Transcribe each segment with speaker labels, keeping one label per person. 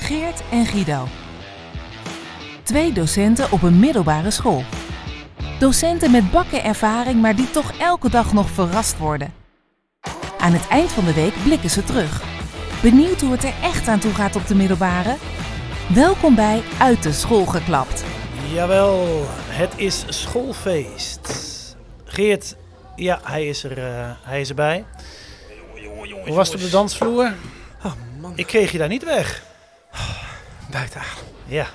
Speaker 1: Geert en Guido. Twee docenten op een middelbare school. Docenten met bakken ervaring, maar die toch elke dag nog verrast worden. Aan het eind van de week blikken ze terug. Benieuwd hoe het er echt aan toe gaat op de middelbare? Welkom bij Uit de School geklapt.
Speaker 2: Jawel, het is schoolfeest. Geert, ja, hij is, er, eh, hij is erbij. Hoe was het op de dansvloer?
Speaker 3: Oh man,
Speaker 2: Ik kreeg je daar niet weg.
Speaker 3: buiten adem.
Speaker 2: Ja.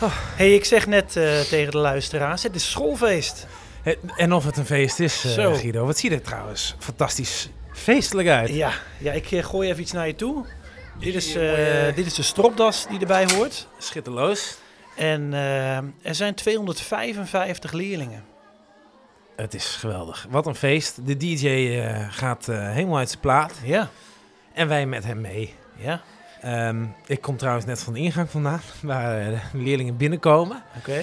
Speaker 3: Oh.
Speaker 2: hey, ik zeg net eh, tegen de luisteraars, het is schoolfeest.
Speaker 3: En of het een feest is, eh,
Speaker 2: Zo.
Speaker 3: Guido. Wat ziet er trouwens fantastisch feestelijk uit.
Speaker 2: Ja, ja ik eh, gooi even iets naar je toe. Dit is, eh,
Speaker 3: Jongen.
Speaker 2: dit is de stropdas die erbij hoort.
Speaker 3: Schitterloos.
Speaker 2: En eh, er zijn 255 leerlingen.
Speaker 3: Het is geweldig. Wat een feest. De DJ eh, gaat eh, helemaal uit zijn plaat.
Speaker 2: Ja,
Speaker 3: En wij met hem mee.
Speaker 2: ja,
Speaker 3: Ehm, ik kom trouwens net van de ingang vandaan, waar eh, de leerlingen binnenkomen.
Speaker 2: oké.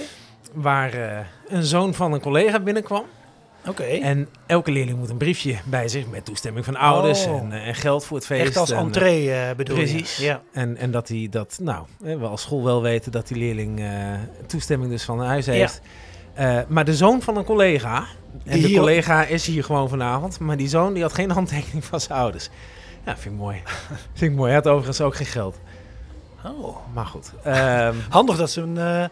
Speaker 3: Waar eh, een zoon van een collega binnenkwam.
Speaker 2: Oké,
Speaker 3: En elke leerling moet een briefje bij zich met toestemming van ouders
Speaker 2: Oh.
Speaker 3: en, eh, en geld voor het feest.
Speaker 2: echt als
Speaker 3: en, eh,
Speaker 2: entree eh, bedoel je?
Speaker 3: Precies.
Speaker 2: Ja.
Speaker 3: En, en dat hij dat, nou, hè, we als school wel weten dat die leerling eh, toestemming dus van huis heeft. Eh, maar de zoon van een collega, en
Speaker 2: Die
Speaker 3: de
Speaker 2: hier-
Speaker 3: collega is hier gewoon vanavond, maar die zoon die had geen handtekening van zijn ouders. Ja, vind ik mooi. vind ik mooi. Hij had overigens ook geen geld.
Speaker 2: Oh.
Speaker 3: Maar goed. Ehm,
Speaker 2: Handig dat zijn, eh,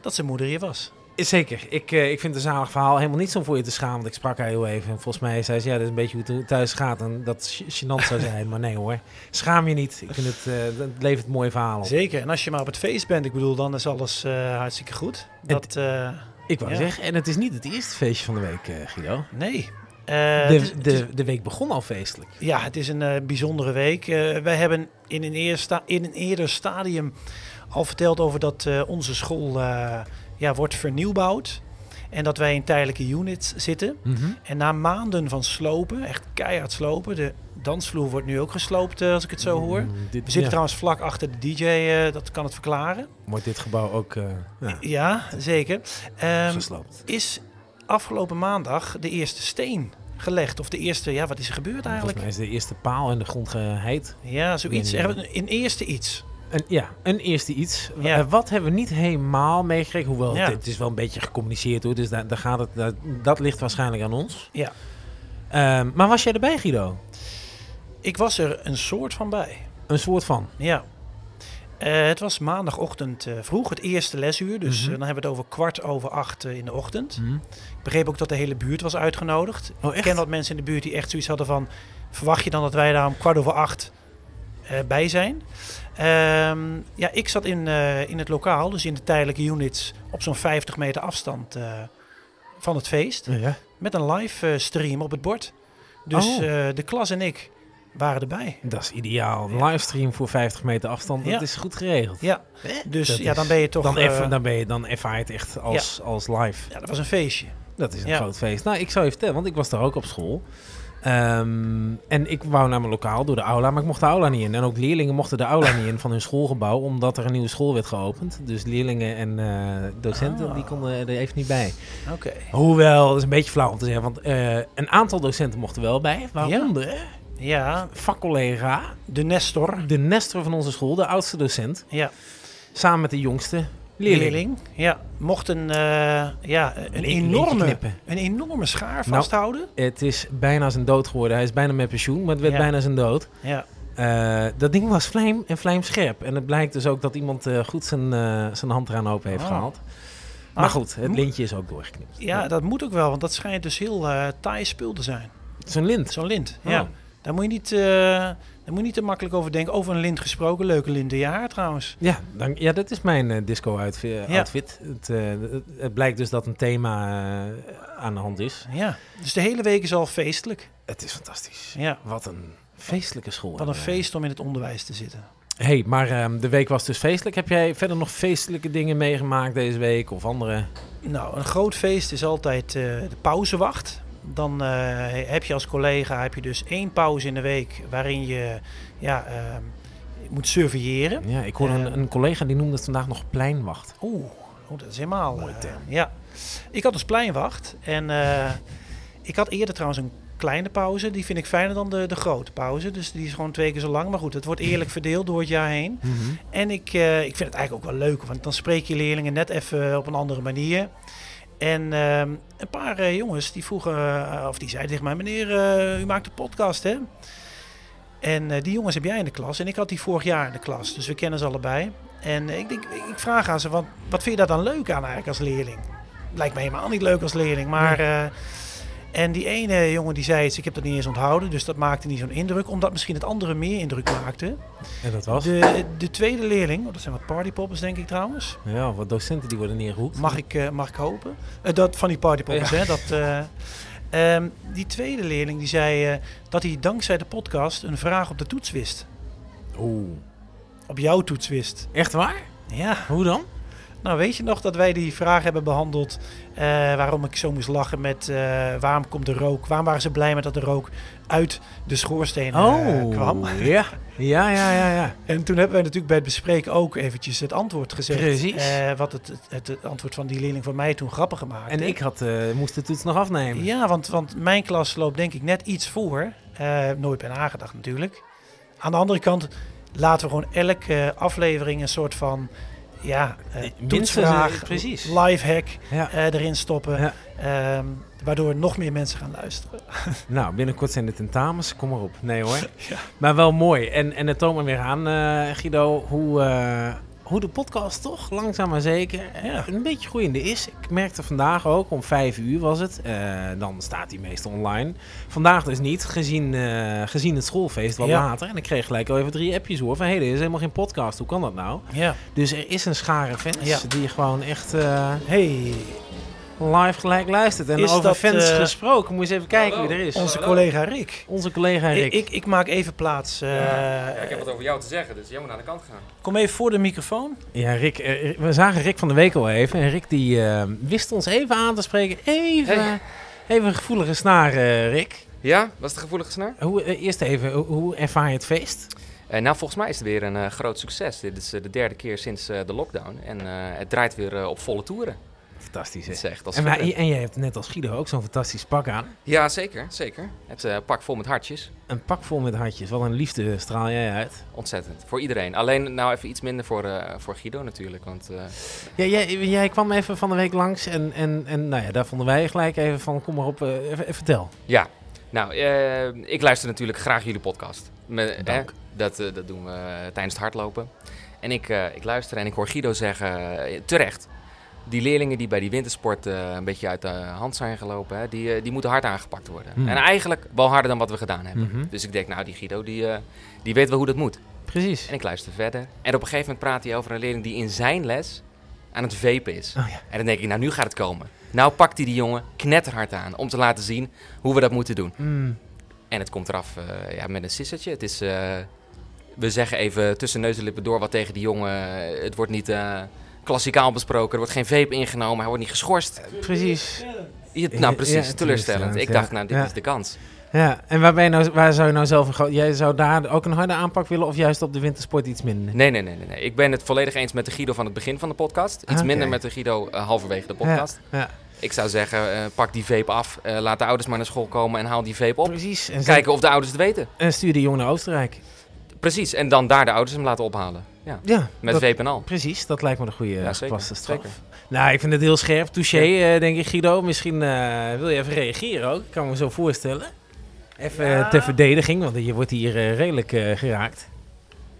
Speaker 2: dat zijn moeder hier was.
Speaker 3: zeker. Ik, eh, ik vind het een zalig verhaal helemaal niet zo voor je te schamen. Want ik sprak haar heel even. En volgens mij zei ze, ja, dat is een beetje hoe het thuis gaat. En dat het gênant zou zijn. Maar nee hoor, schaam je niet. Ik vind het, eh, het levert mooie verhalen op.
Speaker 2: Zeker. En als je maar op het feest bent, ik bedoel, dan is alles eh, hartstikke goed. Dat, eh,
Speaker 3: Ik wou
Speaker 2: Ja.
Speaker 3: zeggen, en het is niet het eerste feestje van de week, eh, Guido.
Speaker 2: nee. Eh, het is-
Speaker 3: De,
Speaker 2: het
Speaker 3: de, de week begon al feestelijk.
Speaker 2: is- ja, het is een eh, bijzondere week. Eh, wij hebben in een, eerste, in een eerder stadium al verteld over dat eh, onze school eh, ja, wordt vernieuwbouwd. En dat wij in tijdelijke units zitten.
Speaker 3: Mhm.
Speaker 2: En na maanden van slopen, echt keihard slopen. De dansvloer wordt nu ook gesloopt, eh, als ik het zo hoor.
Speaker 3: Mm, Dit,
Speaker 2: We zitten
Speaker 3: ja,
Speaker 2: trouwens vlak achter de DJ, eh, dat kan het verklaren.
Speaker 3: Wordt dit gebouw ook eh, ja,
Speaker 2: Ja, zeker. Ehm,
Speaker 3: gesloopt?
Speaker 2: is afgelopen maandag de eerste steen gelegd? Of de eerste, ja, wat is er gebeurd
Speaker 3: Volgens
Speaker 2: eigenlijk?
Speaker 3: mij is de eerste paal in de grond geheid.
Speaker 2: Ja, zoiets.
Speaker 3: Ik weet niet.
Speaker 2: Er- In eerste iets.
Speaker 3: Een, ja, een eerste iets. W-
Speaker 2: Ja.
Speaker 3: eh, Wat hebben we niet helemaal meegekregen? Hoewel,
Speaker 2: Ja.
Speaker 3: het, het is wel een beetje gecommuniceerd hoor. Dus daar, daar gaat het, daar- dat ligt waarschijnlijk aan ons.
Speaker 2: Ja.
Speaker 3: Ehm, maar was jij erbij, Guido?
Speaker 2: Ik was er een soort van bij.
Speaker 3: Een soort van.
Speaker 2: Ja. Eh, het was maandagochtend eh, vroeg, het eerste lesuur. Dus
Speaker 3: Mhm.
Speaker 2: eh, dan hebben we het over kwart over acht eh, in de ochtend. Ik begreep ook dat de hele buurt was uitgenodigd.
Speaker 3: Oh,
Speaker 2: Ik
Speaker 3: echt?
Speaker 2: ken wat mensen in de buurt die echt zoiets hadden van... verwacht je dan dat wij daar om kwart over acht eh, bij zijn? Ehm, ja, ik zat in, eh, in het lokaal, dus in de tijdelijke units... op zo'n 50 meter afstand eh, van het feest.
Speaker 3: Ja.
Speaker 2: Met een live eh, stream op het bord. Dus
Speaker 3: Oh.
Speaker 2: eh, de klas en ik waren erbij.
Speaker 3: Dat is ideaal. Een livestream voor 50 meter afstand.
Speaker 2: Ja.
Speaker 3: Dat is goed geregeld.
Speaker 2: Ja, dus
Speaker 3: Dat
Speaker 2: ja,
Speaker 3: is-
Speaker 2: dan ben je toch...
Speaker 3: Dan, eff-
Speaker 2: eh,
Speaker 3: dan, ben je, dan ervaar je het echt als, als live.
Speaker 2: ja, dat was een feestje.
Speaker 3: Dat is een
Speaker 2: Ja.
Speaker 3: groot feest. Nou, ik zou je vertellen, want ik was daar ook op school. Ehm, en ik wou naar mijn lokaal door de aula, maar ik mocht de aula niet in. En ook leerlingen mochten de aula niet in van hun schoolgebouw, omdat er een nieuwe school werd geopend. Dus leerlingen en eh, docenten,
Speaker 2: Ah.
Speaker 3: die konden er even niet bij.
Speaker 2: Oké.
Speaker 3: Hoewel, dat is een beetje flauw om te zeggen, want eh, een aantal docenten mochten wel bij. Waaronder
Speaker 2: Ja,
Speaker 3: vakcollega,
Speaker 2: de Nestor.
Speaker 3: de nestor van onze school, de oudste docent,
Speaker 2: Ja,
Speaker 3: samen met de jongste leerling.
Speaker 2: leerling. Ja, mocht een, eh, ja, een
Speaker 3: Leer-
Speaker 2: enorme...
Speaker 3: leerknippen.
Speaker 2: een enorme schaar
Speaker 3: Nou.
Speaker 2: vasthouden.
Speaker 3: Het is bijna zijn dood geworden. Hij is bijna met pensioen, maar het werd
Speaker 2: Ja.
Speaker 3: bijna zijn dood.
Speaker 2: Ja,
Speaker 3: Eh, dat ding was vlijm en vlijmscherp. En het blijkt dus ook dat iemand eh, goed zijn, eh, zijn hand eraan open heeft
Speaker 2: Ah.
Speaker 3: gehaald. Maar
Speaker 2: Ah,
Speaker 3: goed, het
Speaker 2: mo-
Speaker 3: lintje is ook doorgeknipt.
Speaker 2: ja, dat moet ook wel, want dat schijnt dus heel eh taai spul te zijn.
Speaker 3: Zo'n lint.
Speaker 2: Zo'n lint.
Speaker 3: Oh.
Speaker 2: Ja. Daar, moet je niet, eh, daar moet je niet te makkelijk over denken. Over een lint gesproken, leuke lint in je haar trouwens.
Speaker 3: Ja, dank, ja, dat is mijn eh, disco-outfit. eh,
Speaker 2: Ja.
Speaker 3: outfit. Het, eh, het, het blijkt dus dat een thema eh, aan de hand is.
Speaker 2: Ja, dus de hele week is al feestelijk.
Speaker 3: Het is fantastisch.
Speaker 2: Ja,
Speaker 3: Wat een feestelijke school.
Speaker 2: wat een
Speaker 3: hebben we.
Speaker 2: feest om in het onderwijs te zitten.
Speaker 3: hey, maar ehm, de week was dus feestelijk. Heb jij verder nog feestelijke dingen meegemaakt deze week of andere?
Speaker 2: Nou, een groot feest is altijd eh, de pauzewacht. Dan eh, heb je als collega heb je dus één pauze in de week waarin je ja, ehm, moet surveilleren.
Speaker 3: Ja, ik hoor een,
Speaker 2: Ehm.
Speaker 3: een collega die noemde het vandaag nog pleinwacht.
Speaker 2: Oeh, oh, dat is helemaal...
Speaker 3: Mooie
Speaker 2: eh,
Speaker 3: term.
Speaker 2: ja. Ik had dus pleinwacht en eh, ik had eerder trouwens een kleine pauze. Die vind ik fijner dan de, de grote pauze. Dus die is gewoon twee keer zo lang. Maar goed, het wordt eerlijk verdeeld door het jaar heen.
Speaker 3: Mhm.
Speaker 2: En ik, eh, ik vind het eigenlijk ook wel leuk, want dan spreek je leerlingen net even op een andere manier. En ehm, een paar eh, jongens die vroegen, eh, of die zeiden tegen mij, meneer, eh, u maakt een podcast hè? En eh, die jongens heb jij in de klas en ik had die vorig jaar in de klas, dus we kennen ze allebei. En eh, ik, denk, ik vraag aan ze, wat, wat vind je daar dan leuk aan eigenlijk als leerling? Lijkt me helemaal niet leuk als leerling, maar... eh, en die ene jongen die zei iets, ik heb dat niet eens onthouden, dus dat maakte niet zo'n indruk, omdat misschien het andere meer indruk maakte.
Speaker 3: En dat was?
Speaker 2: De, de tweede leerling, oh, dat zijn wat partypoppers denk ik trouwens.
Speaker 3: Ja, wat docenten die worden neergeroept.
Speaker 2: Mag ik, eh, mag ik hopen? Eh, dat, van die partypoppers,
Speaker 3: Ja.
Speaker 2: hè. Dat, eh, ehm, die tweede leerling die zei eh, dat hij dankzij de podcast een vraag op de toets wist.
Speaker 3: Oeh.
Speaker 2: Op jouw toets wist.
Speaker 3: Echt waar?
Speaker 2: Ja,
Speaker 3: Hoe dan?
Speaker 2: nou weet je nog dat wij die vraag hebben behandeld eh, waarom ik zo moest lachen met eh, waarom komt de rook? Waarom waren ze blij met dat de rook uit de schoorsteen eh,
Speaker 3: Oh.
Speaker 2: kwam?
Speaker 3: ja. Ja, ja, ja, ja.
Speaker 2: En toen hebben wij natuurlijk bij het bespreken ook eventjes het antwoord gezegd.
Speaker 3: Precies.
Speaker 2: Eh, wat het, het, het- het antwoord van die leerling van mij toen grappig gemaakt.
Speaker 3: En
Speaker 2: hè?
Speaker 3: ik had, eh, moest de toets nog afnemen.
Speaker 2: Ja, want, want mijn klas loopt denk ik net iets voor. Eh, nooit bij nagedacht natuurlijk. Aan de andere kant laten we gewoon elke aflevering een soort van... Ja, eh
Speaker 3: Eh,
Speaker 2: toetsvraag,
Speaker 3: minstens, eh, precies.
Speaker 2: lifehack
Speaker 3: Ja.
Speaker 2: eh, erin stoppen.
Speaker 3: Ja.
Speaker 2: Ehm, waardoor nog meer mensen gaan luisteren.
Speaker 3: Nou, binnenkort zijn de tentamens. Kom maar op. Nee hoor. Maar wel mooi. En, en het toont maar weer aan, eh, Guido, hoe, eh, hoe de podcast toch langzaam maar zeker eh,
Speaker 2: Ja.
Speaker 3: een beetje groeiende is. Ik merkte vandaag ook, om vijf uur was het. eh, dan staat die meestal online. Vandaag dus niet, gezien, eh, gezien het schoolfeest wat
Speaker 2: Ja.
Speaker 3: later. En ik kreeg gelijk al even drie appjes hoor. Van hé, er is helemaal geen podcast. Hoe kan dat nou?
Speaker 2: Ja.
Speaker 3: Dus er is een schare fans
Speaker 2: Ja.
Speaker 3: die gewoon echt eh,
Speaker 2: Hey,
Speaker 3: live gelijk luistert. En
Speaker 2: Is
Speaker 3: over
Speaker 2: dat,
Speaker 3: fans
Speaker 2: eh,
Speaker 3: gesproken, moet je eens even kijken wie er is.
Speaker 2: onze collega Rick.
Speaker 3: Onze collega
Speaker 2: Ik,
Speaker 3: Rick.
Speaker 2: ik, ik maak even plaats. eh,
Speaker 4: Ja, ik heb wat over jou te zeggen, dus jij moet naar de kant gaan.
Speaker 2: Kom even voor de microfoon.
Speaker 3: Ja, Rick, eh, we zagen Rick van de week al even. En Rick die eh, wist ons even aan te spreken. Even,
Speaker 4: Hey.
Speaker 3: even een gevoelige snaar, eh, Rick.
Speaker 4: Ja, was het gevoelig snaar?
Speaker 3: Hoe, eh, eerst even, hoe, hoe ervaar je het feest?
Speaker 4: Eh, nou, volgens mij is het weer een eh, groot succes. Dit is eh, de derde keer sinds eh, de lockdown en eh, het draait weer eh, op volle toeren.
Speaker 3: Fantastisch,
Speaker 4: Het
Speaker 3: hè?
Speaker 4: is echt als
Speaker 3: En, wij-
Speaker 4: verrekt.
Speaker 3: en jij hebt net als Guido ook zo'n fantastisch pak aan.
Speaker 4: Ja, zeker, zeker. Het eh, pak vol met hartjes.
Speaker 3: Een pak vol met hartjes. Wat een liefde straal jij uit.
Speaker 4: Ontzettend. Voor iedereen. Alleen nou even iets minder voor, eh, voor Guido natuurlijk. Want eh,
Speaker 3: Ja, jij, jij kwam even van de week langs en, en, en nou ja, daar vonden wij gelijk even van, kom maar op, eh, even- even vertel.
Speaker 4: ja, nou, eh, ik luister natuurlijk graag jullie podcast. Me-
Speaker 3: Dank.
Speaker 4: hè, dat, eh, dat doen we eh, tijdens het hardlopen. En ik, eh, ik luister en ik hoor Guido zeggen, eh, terecht, die leerlingen die bij die wintersport eh, een beetje uit de hand zijn gelopen, hè, die, eh, die moeten hard aangepakt worden.
Speaker 3: Hmm.
Speaker 4: En eigenlijk wel harder dan wat we gedaan hebben.
Speaker 3: Mhm.
Speaker 4: Dus ik denk, nou, die Guido, die, eh, die weet wel hoe dat moet.
Speaker 3: Precies.
Speaker 4: En ik luister verder. En op een gegeven moment praat hij over een leerling die in zijn les aan het vepen is.
Speaker 3: Oh ja.
Speaker 4: En dan denk ik, nou, nu gaat het komen. Nou pakt hij die jongen knetterhard aan om te laten zien hoe we dat moeten doen.
Speaker 3: Mm.
Speaker 4: En het komt eraf eh, ja, met een sissertje. Het is, eh, we zeggen even tussen neus en lippen door wat tegen die jongen. Het wordt niet eh, klassikaal besproken. Er wordt geen vape ingenomen. Hij wordt niet geschorst.
Speaker 3: Precies.
Speaker 4: Je-
Speaker 3: Ja,
Speaker 4: nou, precies.
Speaker 3: ja,
Speaker 4: teleurstellend. Ik
Speaker 3: ja.
Speaker 4: dacht, nou, dit
Speaker 3: Ja.
Speaker 4: is de kans.
Speaker 3: Ja, en waar, ben je nou, waar zou je nou zelf een gro- Jij zou daar ook een harde aanpak willen of juist op de wintersport iets minder?
Speaker 4: Nee, nee, nee, nee. nee. Ik ben het volledig eens met de Guido van het begin van de podcast. Iets
Speaker 3: Ah, oké.
Speaker 4: minder met de Guido eh, halverwege de podcast.
Speaker 3: Ja, ja.
Speaker 4: Ik zou zeggen, eh, pak die vape af. eh, laat de ouders maar naar school komen en haal die vape op.
Speaker 3: Precies. En,
Speaker 4: Kijken of de ouders het weten.
Speaker 3: en stuur die jongen naar Oostenrijk.
Speaker 4: Precies. En dan daar de ouders hem laten ophalen. Ja.
Speaker 3: Ja,
Speaker 4: Met
Speaker 3: dat-
Speaker 4: vape en al.
Speaker 3: Precies, dat lijkt me een goede
Speaker 4: Ja,
Speaker 3: eh,
Speaker 4: zeker,
Speaker 3: gepaste straf.
Speaker 4: zeker.
Speaker 3: Nou, ik vind het heel scherp. Touché, eh, denk ik, Guido. Misschien eh, wil je even reageren ook. Ik kan me zo voorstellen. Even eh, ter verdediging, want je wordt hier eh, redelijk eh, geraakt.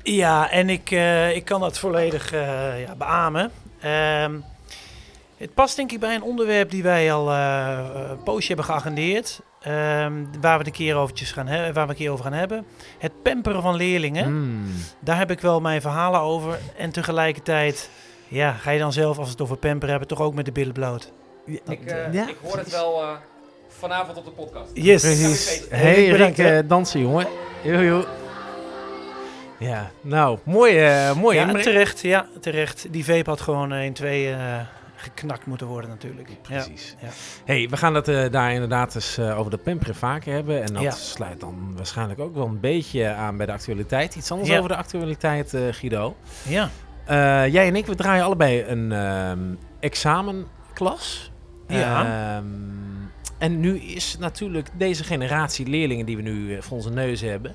Speaker 2: Ja, en ik, eh, ik kan dat volledig eh, ja, beamen. Ehm, het past denk ik bij een onderwerp die wij al eh, een poosje hebben geagendeerd. ehm, waar, we het een keer overtjes gaan he- waar we een keer over gaan hebben. Het pamperen van leerlingen.
Speaker 3: Mm.
Speaker 2: Daar heb ik wel mijn verhalen over. En tegelijkertijd ja, ga je dan zelf, als we het over pamperen hebben, toch ook met de billen bloot.
Speaker 3: eh, Ja,
Speaker 4: ik hoor het wel eh, vanavond op de podcast.
Speaker 2: Yes.
Speaker 3: Precies.
Speaker 2: Hey,
Speaker 3: Hey, Rick,
Speaker 2: bedankt, hè.
Speaker 3: eh, dansen, jongen. Yo, yo. Ja, nou, mooi, eh, mooi
Speaker 2: ja,
Speaker 3: inbreng.
Speaker 2: terecht, ja, terecht. Die vape had gewoon eh, in twee eh, geknakt moeten worden natuurlijk. Ja.
Speaker 3: Precies.
Speaker 2: ja.
Speaker 3: Hey, we gaan het eh, daar inderdaad eens eh, over de Pempre vaker hebben. En dat
Speaker 2: Ja.
Speaker 3: sluit dan waarschijnlijk ook wel een beetje aan bij de actualiteit. Iets anders
Speaker 2: Ja.
Speaker 3: over de actualiteit, eh, Guido.
Speaker 2: ja.
Speaker 3: Eh, jij en ik, we draaien allebei een ehm, examenklas.
Speaker 2: Ja.
Speaker 3: Ehm, En nu is natuurlijk deze generatie leerlingen die we nu eh, voor onze neus hebben...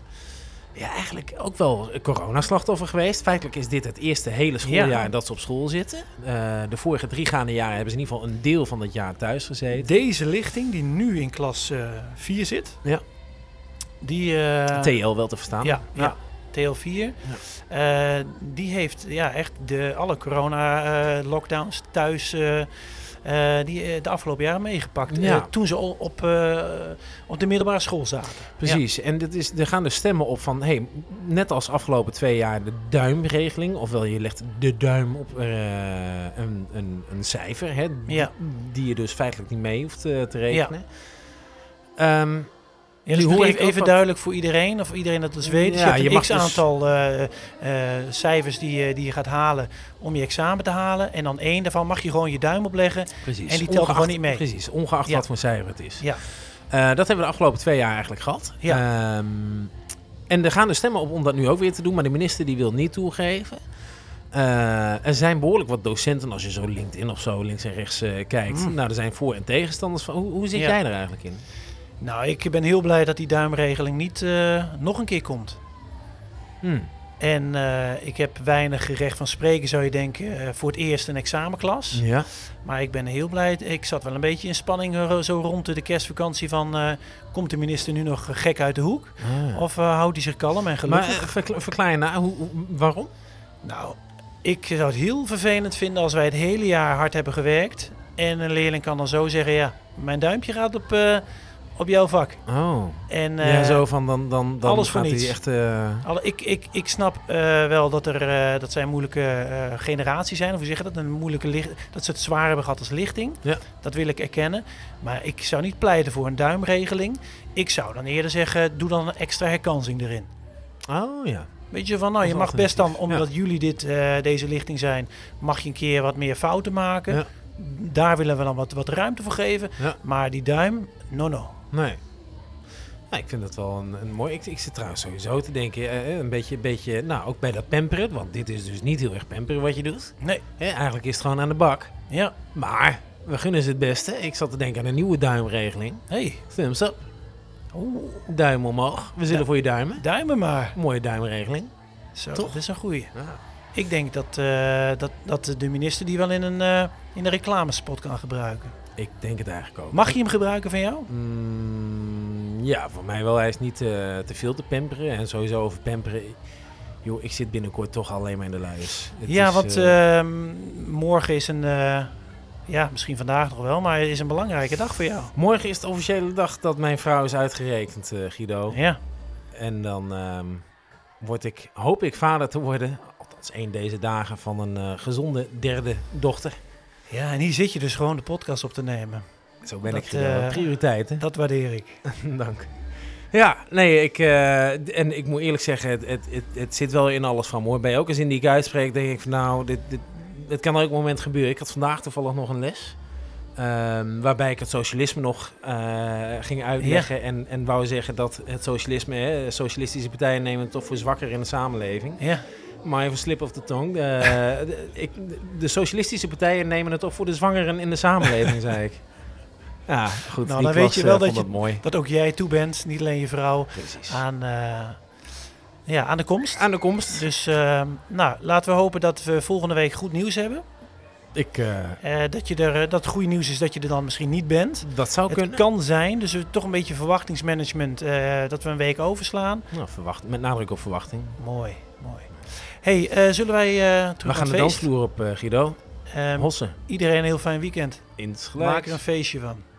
Speaker 3: Ja, eigenlijk ook wel coronaslachtoffer geweest. Feitelijk is dit het eerste hele schooljaar
Speaker 2: Ja.
Speaker 3: dat ze op school zitten. Eh, de vorige drie gaande jaren hebben ze in ieder geval een deel van dat jaar thuis gezeten.
Speaker 2: Deze lichting, die nu in klas eh 4 zit,
Speaker 3: Ja.
Speaker 2: die. eh,
Speaker 3: TL wel te verstaan.
Speaker 2: Ja, ja. TL4. Eh, die heeft ja, echt de, alle corona-lockdowns thuis eh, eh, die, eh, de afgelopen jaren meegepakt.
Speaker 3: Ja.
Speaker 2: Eh, toen ze al op, eh, op de middelbare school zaten.
Speaker 3: Precies, en dit is, er gaan dus stemmen op van, hey, net als afgelopen twee jaar de duimregeling, ofwel je legt de duim op eh, een, een, een cijfer, hè, die-
Speaker 2: Ja.
Speaker 3: die je dus feitelijk niet mee hoeft eh, te rekenen. Ehm,
Speaker 2: Ja,
Speaker 3: Nu
Speaker 2: dus
Speaker 3: hoor
Speaker 2: even,
Speaker 3: ik ook
Speaker 2: even
Speaker 3: wat-
Speaker 2: duidelijk voor iedereen, of iedereen dat dus weet. Dus
Speaker 3: Ja,
Speaker 2: je hebt
Speaker 3: je
Speaker 2: een
Speaker 3: mag
Speaker 2: x-aantal eh, eh, cijfers die, je- die je gaat halen om je examen te halen. En dan één daarvan mag je gewoon je duim opleggen.
Speaker 3: precies.
Speaker 2: En die telt gewoon
Speaker 3: Ongeacht-
Speaker 2: niet mee.
Speaker 3: Precies, ongeacht
Speaker 2: Ja.
Speaker 3: wat voor cijfer het is.
Speaker 2: Ja.
Speaker 3: Eh, dat hebben we de afgelopen twee jaar eigenlijk gehad. Ehm, en er gaan dus stemmen op om dat nu ook weer te doen, maar de minister die wil niet toegeven. Eh, er zijn behoorlijk wat docenten, als je zo LinkedIn of zo links en rechts eh, kijkt. Nou, er zijn voor- en tegenstanders van. Hoe, hoe zit
Speaker 2: Mm. Ja.
Speaker 3: jij er eigenlijk in?
Speaker 2: Nou, ik ben heel blij dat die duimregeling niet eh, nog een keer komt.
Speaker 3: Hmm.
Speaker 2: En eh, ik heb weinig recht van spreken, zou je denken, eh, voor het eerst een examenklas.
Speaker 3: Ja.
Speaker 2: Maar ik ben heel blij. Ik zat wel een beetje in spanning eh, zo rond de kerstvakantie van... eh, komt de minister nu nog gek uit de hoek? Of eh, houdt hij zich kalm en
Speaker 3: Ah. maar
Speaker 2: gelukkig?
Speaker 3: eh, verkla- verklaar je na, hoe, hoe- waarom?
Speaker 2: nou, ik zou het heel vervelend vinden als wij het hele jaar hard hebben gewerkt... en een leerling kan dan zo zeggen, ja, mijn duimpje gaat op, eh, op jouw vak.
Speaker 3: Oh.
Speaker 2: En,
Speaker 3: ja,
Speaker 2: eh,
Speaker 3: zo van dan, dan, dan
Speaker 2: alles voor
Speaker 3: gaat
Speaker 2: niets.
Speaker 3: hij echt. eh,
Speaker 2: Alle- ik, ik, ik snap eh, wel dat, er, eh, dat zij een moeilijke eh, generatie zijn. Of hoe zeg je dat? Een moeilijke licht, dat ze het zwaar hebben gehad als lichting.
Speaker 3: Ja.
Speaker 2: Dat wil ik erkennen. Maar ik zou niet pleiten voor een duimregeling. Ik zou dan eerder zeggen, doe dan een extra herkansing erin.
Speaker 3: Oh ja.
Speaker 2: Weet je, van nou, je
Speaker 3: Als
Speaker 2: mag best dan,
Speaker 3: alternatief,
Speaker 2: omdat jullie dit, eh, deze lichting zijn, mag je een keer wat meer fouten maken.
Speaker 3: Ja.
Speaker 2: Daar willen we dan wat, wat ruimte voor geven.
Speaker 3: Ja.
Speaker 2: Maar die duim, no no.
Speaker 3: Nee. Nou, ik vind dat wel een, een mooi. Ik, ik zit trouwens sowieso te denken, eh, een beetje, beetje, nou ook bij dat pamperen, want dit is dus niet heel erg pamperen wat je doet.
Speaker 2: Nee,
Speaker 3: Hè, eigenlijk is het gewoon aan de bak.
Speaker 2: ja,
Speaker 3: Maar we gunnen ze het beste. Ik zat te denken aan een nieuwe duimregeling.
Speaker 2: hey,
Speaker 3: Thumbs up. Duim omhoog. We zullen
Speaker 2: Ja.
Speaker 3: voor je duimen.
Speaker 2: duimen maar.
Speaker 3: Mooie duimregeling.
Speaker 2: Zo,
Speaker 3: Toch?
Speaker 2: dat is een goeie. Ik denk dat, eh, dat, dat de minister die wel in een, eh, in een reclamespot kan gebruiken.
Speaker 3: Ik denk het eigenlijk ook.
Speaker 2: Mag je hem gebruiken van jou?
Speaker 3: Mm, ja, voor mij wel. Hij is niet eh, te veel te pamperen. En sowieso over pamperen. Joh, ik zit binnenkort toch alleen maar in de luiers. Het
Speaker 2: ja,
Speaker 3: is,
Speaker 2: want
Speaker 3: eh,
Speaker 2: ehm, morgen is een. eh, ja, misschien vandaag nog wel, maar het is een belangrijke dag voor jou.
Speaker 3: Morgen is de officiële dag dat mijn vrouw is uitgerekend, eh, Guido.
Speaker 2: Ja,
Speaker 3: En dan ehm, word ik, hoop ik vader te worden, althans één deze dagen, van een eh, gezonde derde dochter.
Speaker 2: ja, en hier zit je dus gewoon de podcast op te nemen.
Speaker 3: Zo ben
Speaker 2: Dat,
Speaker 3: ik Guido.
Speaker 2: eh,
Speaker 3: Prioriteiten.
Speaker 2: Dat waardeer ik.
Speaker 3: Dank. Ja, nee, ik, eh, d- en ik moet eerlijk zeggen, het, het, het, het zit wel in alles van. Hoor. Bij elke zin die ik uitspreek, denk ik van nou, dit, dit, dit kan elk moment gebeuren. Ik had vandaag toevallig nog een les. ehm, waarbij ik het socialisme nog eh, ging uitleggen. En, en wou zeggen dat het socialisme, hè, socialistische partijen nemen het toch voor zwakker in de samenleving.
Speaker 2: Ja,
Speaker 3: Maar even slip of the tong. eh, de, ik, de socialistische partijen nemen het toch voor de zwangeren in de samenleving, zei ik. Ja,
Speaker 2: Nou,
Speaker 3: goed. die
Speaker 2: dan weet
Speaker 3: klas,
Speaker 2: je
Speaker 3: eh,
Speaker 2: wel
Speaker 3: vond
Speaker 2: dat je-
Speaker 3: mooi. Ah.
Speaker 2: dat ook jij toe bent, niet alleen je vrouw,
Speaker 3: Precies.
Speaker 2: aan, eh, ja, aan de komst.
Speaker 3: Aan de komst.
Speaker 2: Dus ehm, nou, laten we hopen dat we volgende week goed nieuws hebben.
Speaker 3: Ik,
Speaker 2: Eh, dat, je er, eh, dat het goede nieuws is dat je er dan misschien niet bent.
Speaker 3: dat zou
Speaker 2: Het
Speaker 3: kunnen.
Speaker 2: kan zijn, dus we- toch een beetje verwachtingsmanagement eh, dat we een week overslaan.
Speaker 3: Nou, verwacht, met nadruk op verwachting.
Speaker 2: Mooi, mooi. hey, eh, zullen wij eh terug
Speaker 3: We
Speaker 2: naar
Speaker 3: gaan de
Speaker 2: het feest?
Speaker 3: dansvloer op, eh, Guido.
Speaker 2: Ehm,
Speaker 3: Hossen.
Speaker 2: iedereen een heel fijn weekend.
Speaker 3: Insgelijks.
Speaker 2: Maak er een feestje van.